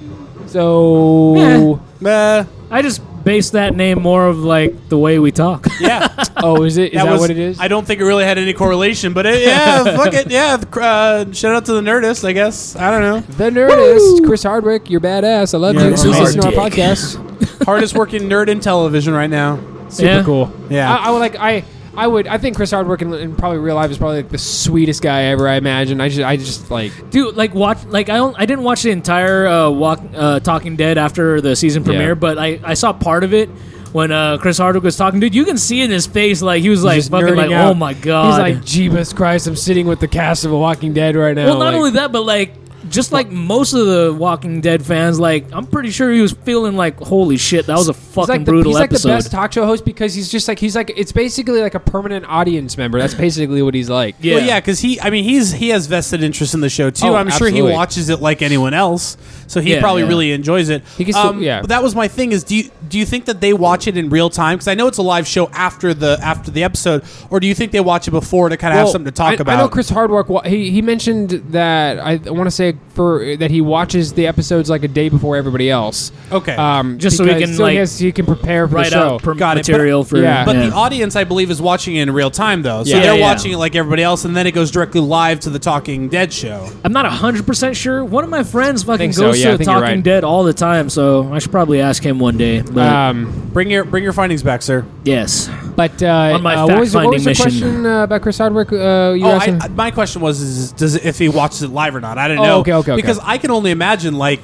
So,
Uh,
I just base that name more of like the way we talk.
yeah.
oh, is it? Is that,
was-
what it is?
I don't think it really had any correlation, but it, yeah, fuck it, yeah. Uh, shout out to the Nerdist, I guess. I don't know.
the Nerdist, Chris Hardwick, you're badass. I love
Yeah,
you.
Chris
Please listen to our
Hardwick.
podcast.
Hardest working nerd in television right now.
Super
Yeah.
cool.
Yeah.
I, I would like I. I would. I think Chris Hardwick in, in probably real life is probably like the sweetest guy ever. I imagine. I just. I just like.
Dude, like watch like I don't I didn't watch the entire uh, walk uh, Talking Dead after the season premiere, but I I saw part of it when uh, Chris Hardwick was talking. Dude, you can see in his face like he was like
just
fucking
nerding
like
out.
oh my god.
He's like, Jeebus Christ, I'm sitting with the cast of The Walking Dead right now.
well, not
Like,
only that, but like just like most of the Walking Dead fans, like I'm pretty sure he was feeling like, "Holy shit, that was a fucking
He's like the,
brutal
he's like the
episode."
best talk show host because he's just like he's like it's basically like a permanent audience member. That's basically what he's like.
Yeah.
Well, yeah, because he, I mean, he's he has vested interest in the show too.
Oh,
I'm sure
absolutely.
he watches it like anyone else, so he
Yeah,
probably
yeah.
really enjoys it. Um,
He can still- yeah.
But that was my thing: is do you do you think that they watch it in real time? Because I know it's a live show after the after the episode, or do you think they watch it before to kind of have
Well,
something to talk
I,
about?
I know Chris Hardwick. wa- He he mentioned that I want to say for that he watches the episodes like a day before everybody else.
Okay.
um,
Just so he
because-
can,
he,
like,
has, he can prepare for the
Right
show.
out prom-
Got it, but-
material for
yeah.
But the audience, I believe, is watching it in real time though, so
Yeah.
they're
Yeah, yeah.
watching it like everybody else, and then it goes directly live to the Talking Dead show.
I'm not 100% sure. One of my friends fucking
think
goes
so, yeah, I
to the
think you're
Talking
right.
Dead all the time, so I should probably ask him one day. But
um,
Bring your bring your findings back, sir.
yes.
but uh,
On my
uh, what was, the- what was
fact-finding
the
mission.
question uh, about Chris Hardwick? Uh, you
Oh,
asked him?
I, my question was: is does it, if he watches it live or not? I didn't
Oh,
know.
okay, okay, okay.
Because I can only imagine. Like,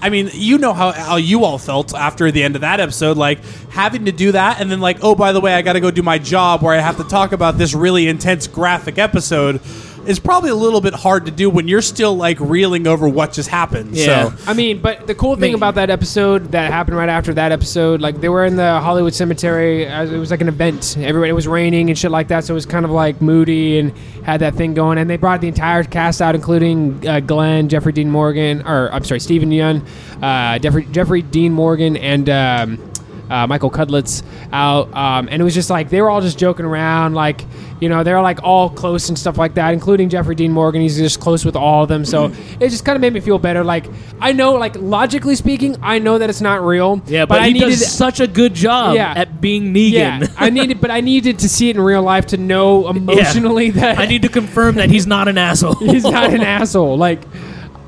I mean, you know how how you all felt after the end of that episode, like having to do that, and then like, oh, by the way, I got to go do my job where I have to talk about this really intense graphic episode. Is probably a little bit hard to do when you're still like reeling over what just happened.
Yeah.
So
I mean, but the cool thing
Me.
about that episode that happened right after that episode, like they were in the Hollywood Cemetery. As it was like an event. Everybody it was raining and shit like that, so it was kind of like moody and had that thing going. And they brought the entire cast out, including uh, Glenn, Jeffrey Dean Morgan, or I'm sorry, Stephen Young, uh, Jeffrey Jeffrey Dean Morgan, and. Um, uh, Michael Cudlitz out, um, and it was just like they were all just joking around, like you know they're like all close and stuff like that, including Jeffrey Dean Morgan. He's just close with all of them, so
Mm-hmm.
it just kind of made me feel better. Like I know, like logically speaking, I know that it's not real.
Yeah, but,
I
he
needed,
does such a good job
Yeah.
at being Negan.
yeah, I needed, but I needed to see it in real life to know emotionally that
I need to confirm that he's not an asshole.
he's not an asshole. Like,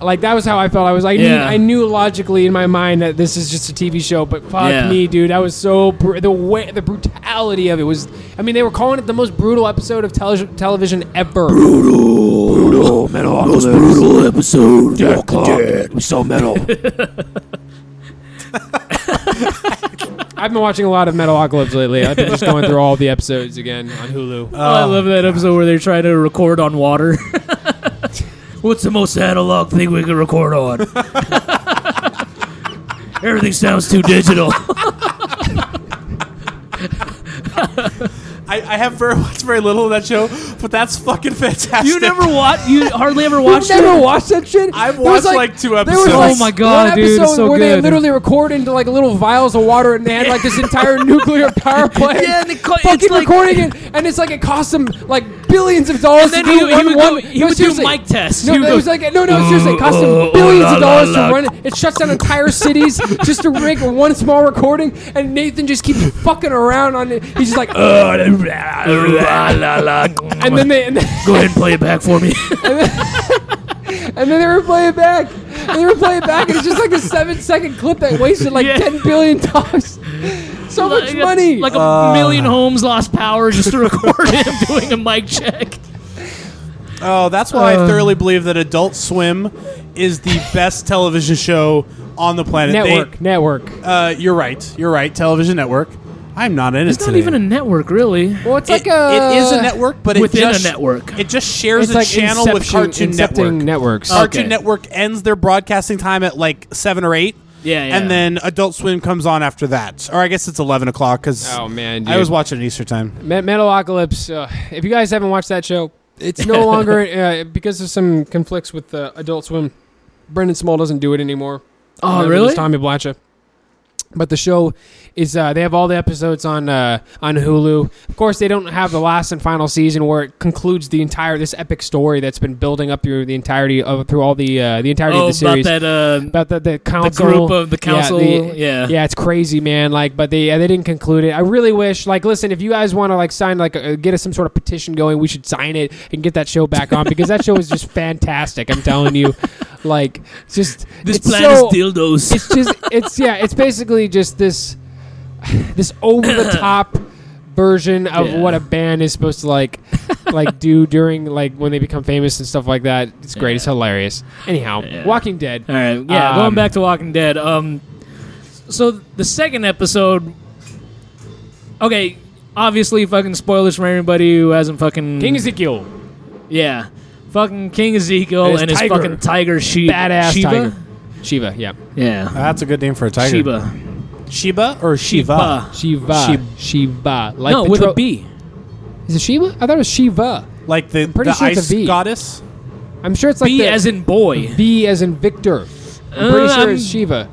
like that was how I felt. I was like, I, knew,
Yeah.
I knew logically in my mind that this is just a TV show, but fuck
Yeah.
me, dude, I was so br- the way the brutality of it was. I mean, they were calling it the most brutal episode of tele- television ever.
Most brutal episode. Dead It was so metal.
I've been watching a lot of Metalocalypse lately. I've been just going through all the episodes again on Hulu.
Oh, I love that episode where they're trying to record on water. What's the most analog thing we can record on? Everything sounds too digital.
I, I have very watched very little of that show, but that's fucking fantastic.
you never watch. You hardly ever watched
You've never
it.
watched that shit?
I've
There was,
watched, like, two
there was,
episodes.
Oh my God,
one
dude, it's
episode
so
where they
good.
literally record into like little vials of water and they had like this entire nuclear power plant.
Yeah, and they co-
fucking
it's like-
recording it, and it's like it cost them like billions of dollars
And then
to
he-
do
he
one.
would go-
one
he
no,
would do
seriously.
mic tests.
No,
He would
it
go,
was like no, no, seriously, it cost them
oh, oh,
billions
la,
of
la,
dollars
la.
to run it. It shuts down entire cities just to rig one small recording, and Nathan just keeps fucking around on it. He's just like, and then they. And then,
Go ahead and play it back for me.
And then they were playing back. And they were playing back, and it's just like a seven second clip that wasted like
Yeah.
ten billion dollars. So much money.
Like a million homes lost power just to record him doing a mic check.
Oh, that's why I thoroughly believe that Adult Swim is the best television show on the planet. They-
network, network.
Uh, you're right. You're right. Television network. I'm not in it.
It's not even a network, really.
Well, it's
It,
like uh, a.
it is a network, but it
within a
just-
network.
It just shares
It's
a
like
channel with Cartoon
inception- incepting
Network.
networks.
Okay.
Cartoon Network ends their broadcasting time at like seven or eight.
Yeah, yeah.
And then Adult Swim comes on after that, or I guess it's eleven o'clock because
Oh, man,
I
dude.
was watching at Easter time.
Met- Metalocalypse. Uh, if you guys haven't watched that show, it's no longer uh, because of some conflicts with uh, Adult Swim. Brendan Small doesn't do it anymore.
Oh,
Neither does
really?
Tommy Blatcha. But the show is uh, they have all the episodes on uh, on Hulu. Of course, they don't have the last and final season where it concludes the entire this epic story that's been building up through the entirety of through all the uh, the entirety
Oh,
of the
about
series
that. Uh,
about the, the council
group of the council,
the-
yeah.
it's crazy man like but they yeah, they didn't conclude it i really wish like listen if you guys want to like sign like uh, get us some sort of petition going we should sign it and get that show back on because that show is just fantastic i'm telling you like it's just
this
it's
plan
so-
is dildos.
it's just it's yeah it's basically just this this over the top version of
Yeah.
what a band is supposed to like like do during like when they become famous and stuff like that it's great it's hilarious anyhow
Yeah.
walking dead
All right, yeah.
Um,
going back to Walking Dead. Um, so the second episode. Okay, obviously, fucking spoilers for anybody who hasn't fucking
King Ezekiel.
yeah. fucking King Ezekiel and
And his
his,
tiger.
fucking tiger she-
Badass
Shiva.
tiger. Shiva, yeah.
Yeah.
That's a good name for a tiger.
Shiva.
Shiba or Shiva?
Shiva.
Shiva.
Shib-
Shiva. Like
No,
the
with a
tro-
B.
Is it Shiva? I thought it was Shiva.
Like the,
pretty
the
sure it's a
ice
V.
goddess?
I'm sure it's like
B
the
as in boy.
B as in Victor. I'm pretty
Uh,
sure
I'm-
it's Shiva.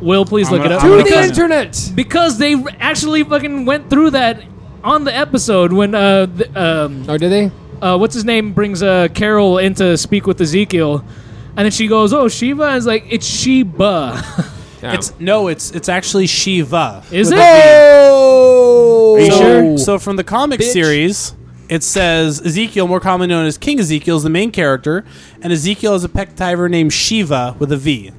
Will, please
I'm
look it
gonna-
up.
I'm
To
gonna
the
find it.
internet.
because they actually fucking went through that on the episode when uh, th- um,
Oh, did they?
uh what's his name brings uh Carol in to speak with Ezekiel, and then she goes, "Oh Shiva," and it's like it's Sheba.
Oh.
It's No, it's it's actually Shiva.
Is
With
it?
a V.
Are you
so,
sure?
So from the comic
Bitch.
series, it says Ezekiel, more commonly known as King Ezekiel, is the main character, and Ezekiel is a pectiver named Shiva with a V.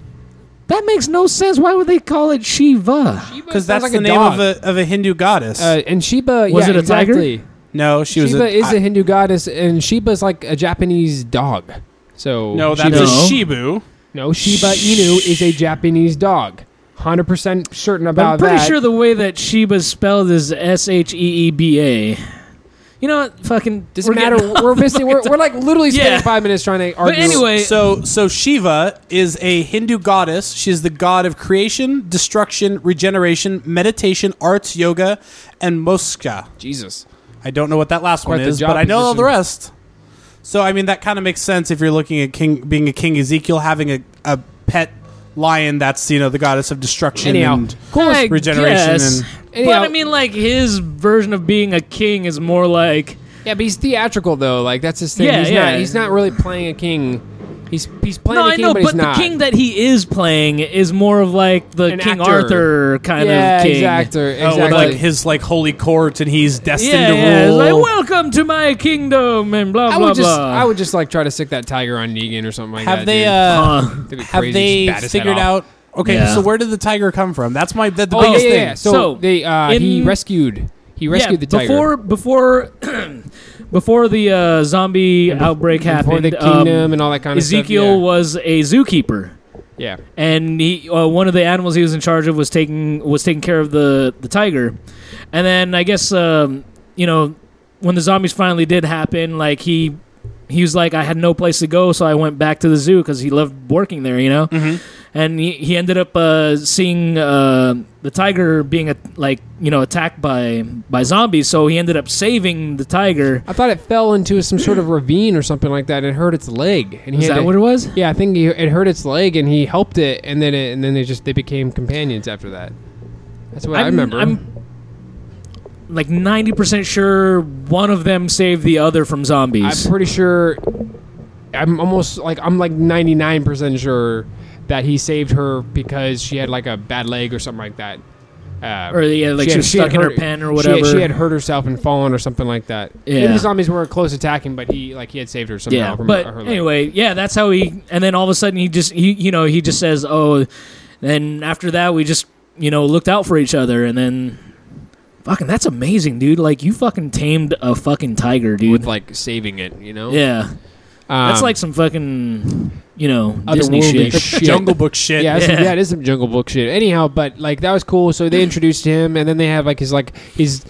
that makes no sense. Why would they call it Shiva?
Because
Sounds
that's
like
the
a
name
dog.
of a, of a Hindu goddess.
Uh, and Shiba
Was
yeah,
it a tiger?
exactly.
no, she was
Shiva
a,
is a Hindu goddess, and Shiba's like a Japanese dog. So
No, that's
Shiba.
a
No.
Shibu.
no Shiba Inu is a Japanese dog. Hundred percent certain
But
about
I'm pretty
that.
sure the way that Sheba's spelled is S H E E B A. You know what? Fucking
Doesn't
we're
matter.
getting-
We're basically we're, we're like literally spending
Yeah.
five minutes trying to argue.
But anyway,
So, so Shiva is a Hindu goddess. She's the god of creation, destruction, regeneration, meditation, arts, yoga, and moksha.
Jesus.
I don't know what that last
Quite
one
the
is,
job
but I know all the rest.
position.
So, I mean, that kind of makes sense if you're looking at king being a king Ezekiel having a, a pet lion that's you know the goddess of destruction.
Anyhow,
and-
I
regeneration
guess.
and-
Anyhow-
but I mean, like his version of being a king is more like
Yeah, but he's theatrical though. Like that's his thing.
Yeah,
he's
yeah.
not. He's not really playing a king. He's he's playing
no,
a
I
king,
know, but,
but he's
the
not.
king that he is playing is more of like the
An
King
actor.
Arthur kind
yeah,
of king.
exactly.
Oh, with,
Exactly.
like his like holy court, and he's destined
Yeah,
to
yeah.
rule.
It's like welcome to my kingdom and blah
I
blah
would just
blah.
I would just like try to stick that tiger on Negan or something like
have
that.
they?
dude.
Huh.
Uh,
That'd be
have
crazy.
they
Just bat his head
figured
off.
out? Okay,
Yeah.
so where did the tiger come from? That's my that's the
Oh yeah,
biggest
yeah,
thing.
yeah. So,
So,
they uh, he
in-
rescued he rescued
yeah,
the tiger
before before before the uh, zombie outbreak
before
happened.
the
um,
kingdom and all that kind of
Ezekiel
stuff.
was a zookeeper.
Yeah. yeah.
and he uh, one of the animals he was in charge of was taking was taking care of the the tiger, and then I guess um, you know when the zombies finally did happen, like he he was like I had no place to go, so I went back to the zoo because he loved working there, you know,
Mm-hmm.
and he, he ended up uh, seeing uh, the tiger being a, like you know attacked by by zombies, so he ended up saving the tiger.
I thought it fell into some sort of ravine or something like that and hurt its leg. And he
Is
had
that
to-
what it was?
Yeah, I think he, it hurt its leg, and he helped it, and then it, and then they just they became companions after that. That's what i
I'm-
remember.
I'm like ninety percent sure one of them saved the other from
I'm
zombies.
pretty sure. I'm almost like I'm like 99 percent sure that he saved her because she had like a bad leg or something like that. Uh,
Or, yeah, like she was
had
stuck in her
hurt-
pen or
she had- She
whatever.
had, hurt herself and fallen or something like that.
Yeah.
Maybe the zombies were close attacking, but he like he had saved her somehow.
yeah,
from
but
her leg.
anyway, yeah, that's how he. And then all of a sudden, he just he you know he just says, "Oh," and after that, we just you know looked out for each other, and then fucking that's amazing, dude. Like you fucking tamed a fucking tiger, dude.
with like saving it, you know.
yeah,
Um,
that's like some fucking you know Disney
otherworldly
shit.
shit.
Jungle Book shit.
Yeah, that's
Yeah. Hmm.
Some, that is some Jungle Book shit. Anyhow, but like that was cool. So they introduced him, and then they have like his like his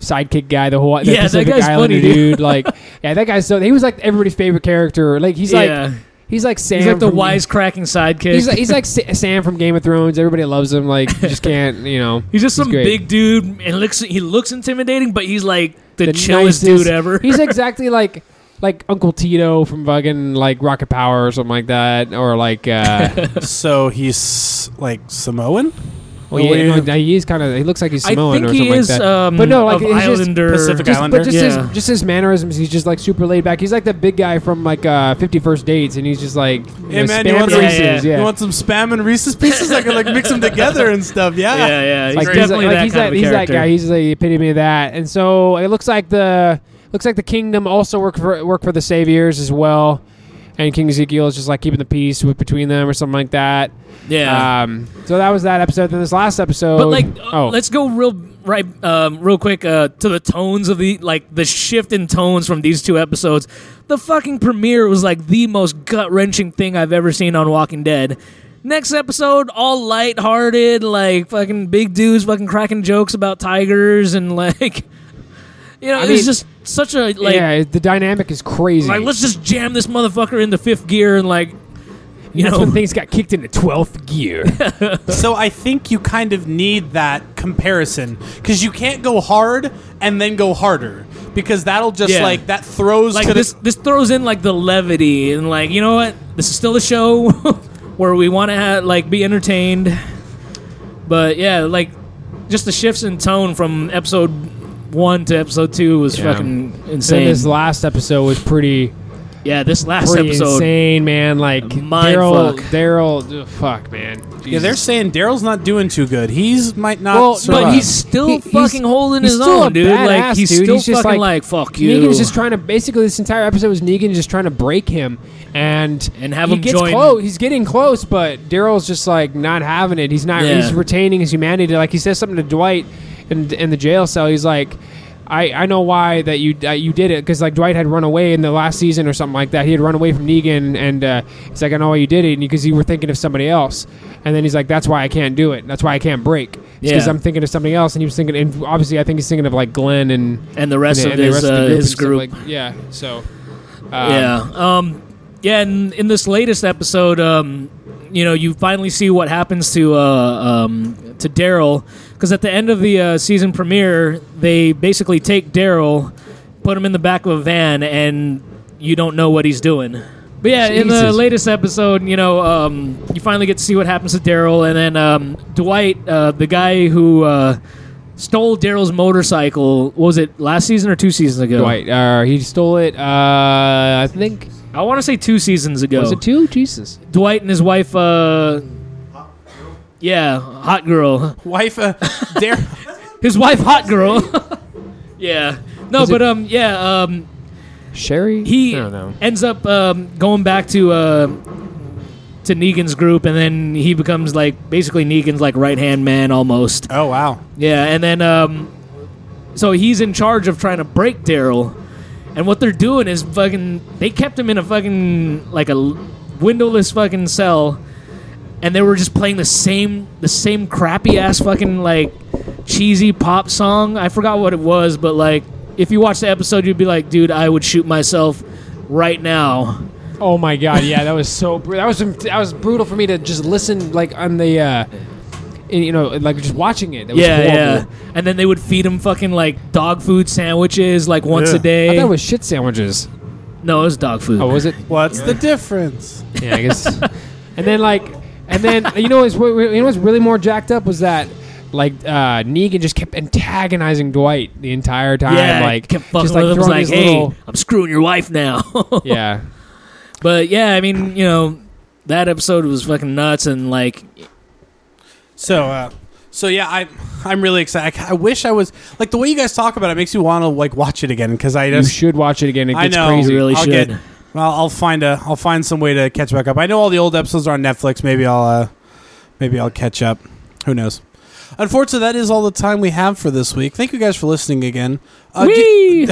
sidekick guy, the whole the
Yeah, that
Pacific
guy's
Islander
funny, dude.
like, yeah, that guy's so he was like everybody's favorite character. Like he's
Yeah.
like he's like Sam.
He's like the
from-
wisecracking sidekick.
He's like he's like Sa- Sam from Game of Thrones. Everybody loves him. Like you just can't, you know.
He's just some
great.
big dude and looks he looks intimidating, but he's like the,
nicest-
chillest dude ever.
He's exactly like like Uncle Tito from fucking like Rocket Power or something like that, or like uh,
So he's like Samoan,
well,
Well,
oh, yeah,
we-
no, he's kind of he looks like he's
I
Samoan
think
or something
he is
like that.
um
But no, like,
of
he's just-
Islander
Pacific
just,
Islander?
But just
Yeah.
his just his mannerisms, he's just like super laid back. He's like the big guy from like uh, Fifty First Dates, and he's just like you
Hey,
know,
man, you
spam
want
some-
Reese's,
Yeah, yeah.
yeah.
You want some spam and Reese's pieces? I can like mix them together and stuff. Yeah.
Yeah, yeah. He's
like he's,
definitely
like,
that
he's,
kind
that,
of a
he's that
character.
guy. He's the epitome of that. And so it looks like the looks like the kingdom also work for work for the saviors as well. And King Ezekiel is just like keeping the peace with, between them or something like that.
yeah.
Um, so that was that episode. Then this last episode,
but like, uh,
oh,
let's go real right, um, real quick uh, to the tones of the like the shift in tones from these two episodes. The fucking premiere was like the most gut wrenching thing I've ever seen on Walking Dead. Next episode, all lighthearted, like fucking big dudes, fucking cracking jokes about tigers and like, you know,
I
it
mean,
was just such a like.
yeah, the dynamic is crazy.
Like let's just jam this motherfucker into fifth gear and like, you
That's
know,
when things got kicked into twelfth gear.
So I think you kind of need that comparison because you can't go hard and then go harder because that'll just
Yeah.
like that throws
like
to the-
this this throws in like the levity and like you know what this is still a show where we want to ha- like be entertained but yeah like just the shifts in tone from episode one to episode two was
Yeah.
fucking
so
insane
this last episode was pretty
yeah this last
pretty
episode
insane, man. Like
Mind
Daryl,
fuck.
Daryl, ugh, fuck, man.
yeah, they're saying Daryl's not doing too good. He's might not.
Well,
survive.
but he's still
He- he's-
fucking holding
he's
his
still a
own dude like
badass,
he's
dude.
still
He's just
fucking like,
like,
fuck you
Negan is just trying to basically this entire episode was Negan just trying to break him and
And have
he
him
gets
join-
close. He's getting close, but Daryl's just like not having it. He's not.
Yeah.
He's retaining his humanity. Like he says something to Dwight in in the jail cell. He's like. I, I know why that you uh, you did it because like Dwight had run away in the last season or something like that. He had run away from Negan and uh, it's like I know why you did it because you were thinking of somebody else. And then he's like, that's why I can't do it. That's why I can't break. Because
Yeah.
I'm thinking of something else. And he was thinking, and obviously I think he's thinking of like Glenn and
and the rest
and
of
the
his
rest
uh,
of the group
his
and stuff
group
like- yeah. So, um,
yeah. Um, yeah, and in this latest episode, um, you know, you finally see what happens to uh, um, to Daryl because at the end of the uh, season premiere, they basically take Daryl, put him in the back of a van, and you don't know what he's doing. But yeah, in the
Jesus.
latest episode, you know, um, you finally get to see what happens to Daryl, and then um, Dwight, uh, the guy who uh, stole Daryl's motorcycle, what was it last season or two seasons ago?
Dwight, uh, he stole it. Uh, I think
I want to say two seasons ago.
was it two? Jesus,
Dwight and his wife. Uh, yeah, hot girl.
wife. Uh, Daryl.
His wife, hot girl. yeah. No,
Was it-
but um, yeah, um,
Sherry.
he
I don't know.
ends up um, going back to uh, to Negan's group, and then he becomes like basically Negan's like right hand man almost.
oh wow.
Yeah, and then um, so he's in charge of trying to break Daryl, and what they're doing is fucking. They kept him in a fucking like a l- windowless fucking cell, and they were just playing the same the same crappy ass fucking like cheesy pop song. I forgot what it was, but like if you watch the episode, you'd be like, dude, I would shoot myself right now.
Oh my god, yeah, that was so br- that was that was brutal for me to just listen like on the. Uh, you know, like just watching it. That was
yeah,
horrible.
yeah. And then they would feed him fucking like dog food sandwiches like once
Yeah.
a day.
I thought it was shit sandwiches.
no, it was dog food.
Oh, was it?
What's the difference?
Yeah, I guess. and then like, and then you know, what's, you know what's really more jacked up was that like uh, Negan just kept antagonizing Dwight the entire time.
Yeah,
like
kept fucking
just like
with him.
throwing
like,
these
hey,
little.
I'm screwing your wife now.
Yeah,
but yeah, I mean, you know, that episode was fucking nuts, and like,
So, uh, so yeah, I, I'm really excited. I, I wish I was like the way you guys talk about it makes me want to like watch it again because I
you
just
should watch it again. It
I
gets
know
crazy.
You really
I'll
should.
Get, well, I'll find a I'll find some way to catch back up. I know all the old episodes are on Netflix. Maybe I'll uh, maybe I'll catch up. Who knows? Unfortunately, that is all the time we have for this week. Thank you guys for listening again. Uh, do-
whee!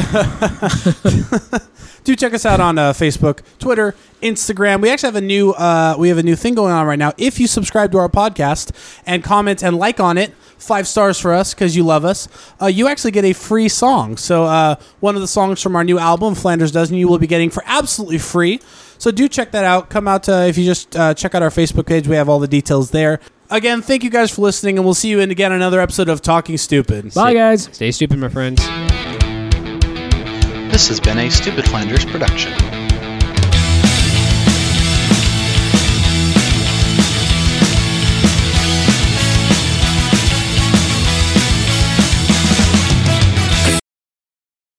do check us out on uh, Facebook, Twitter, Instagram. We actually have a new uh, we have a new thing going on right now. If you subscribe to our podcast and comment and like on it, five stars for us because you love us. Uh, you actually get a free song. So uh, one of the songs from our new album, Flanders Dozen, you will be getting for absolutely free. So do check that out. Come out uh, if you just uh, check out our Facebook page. We have all the details there. Again, thank you guys for listening, and we'll see you in again another episode of Talking Stupid.
Bye, guys.
Stay stupid, my friends.
This has been a Stupid Flanders production.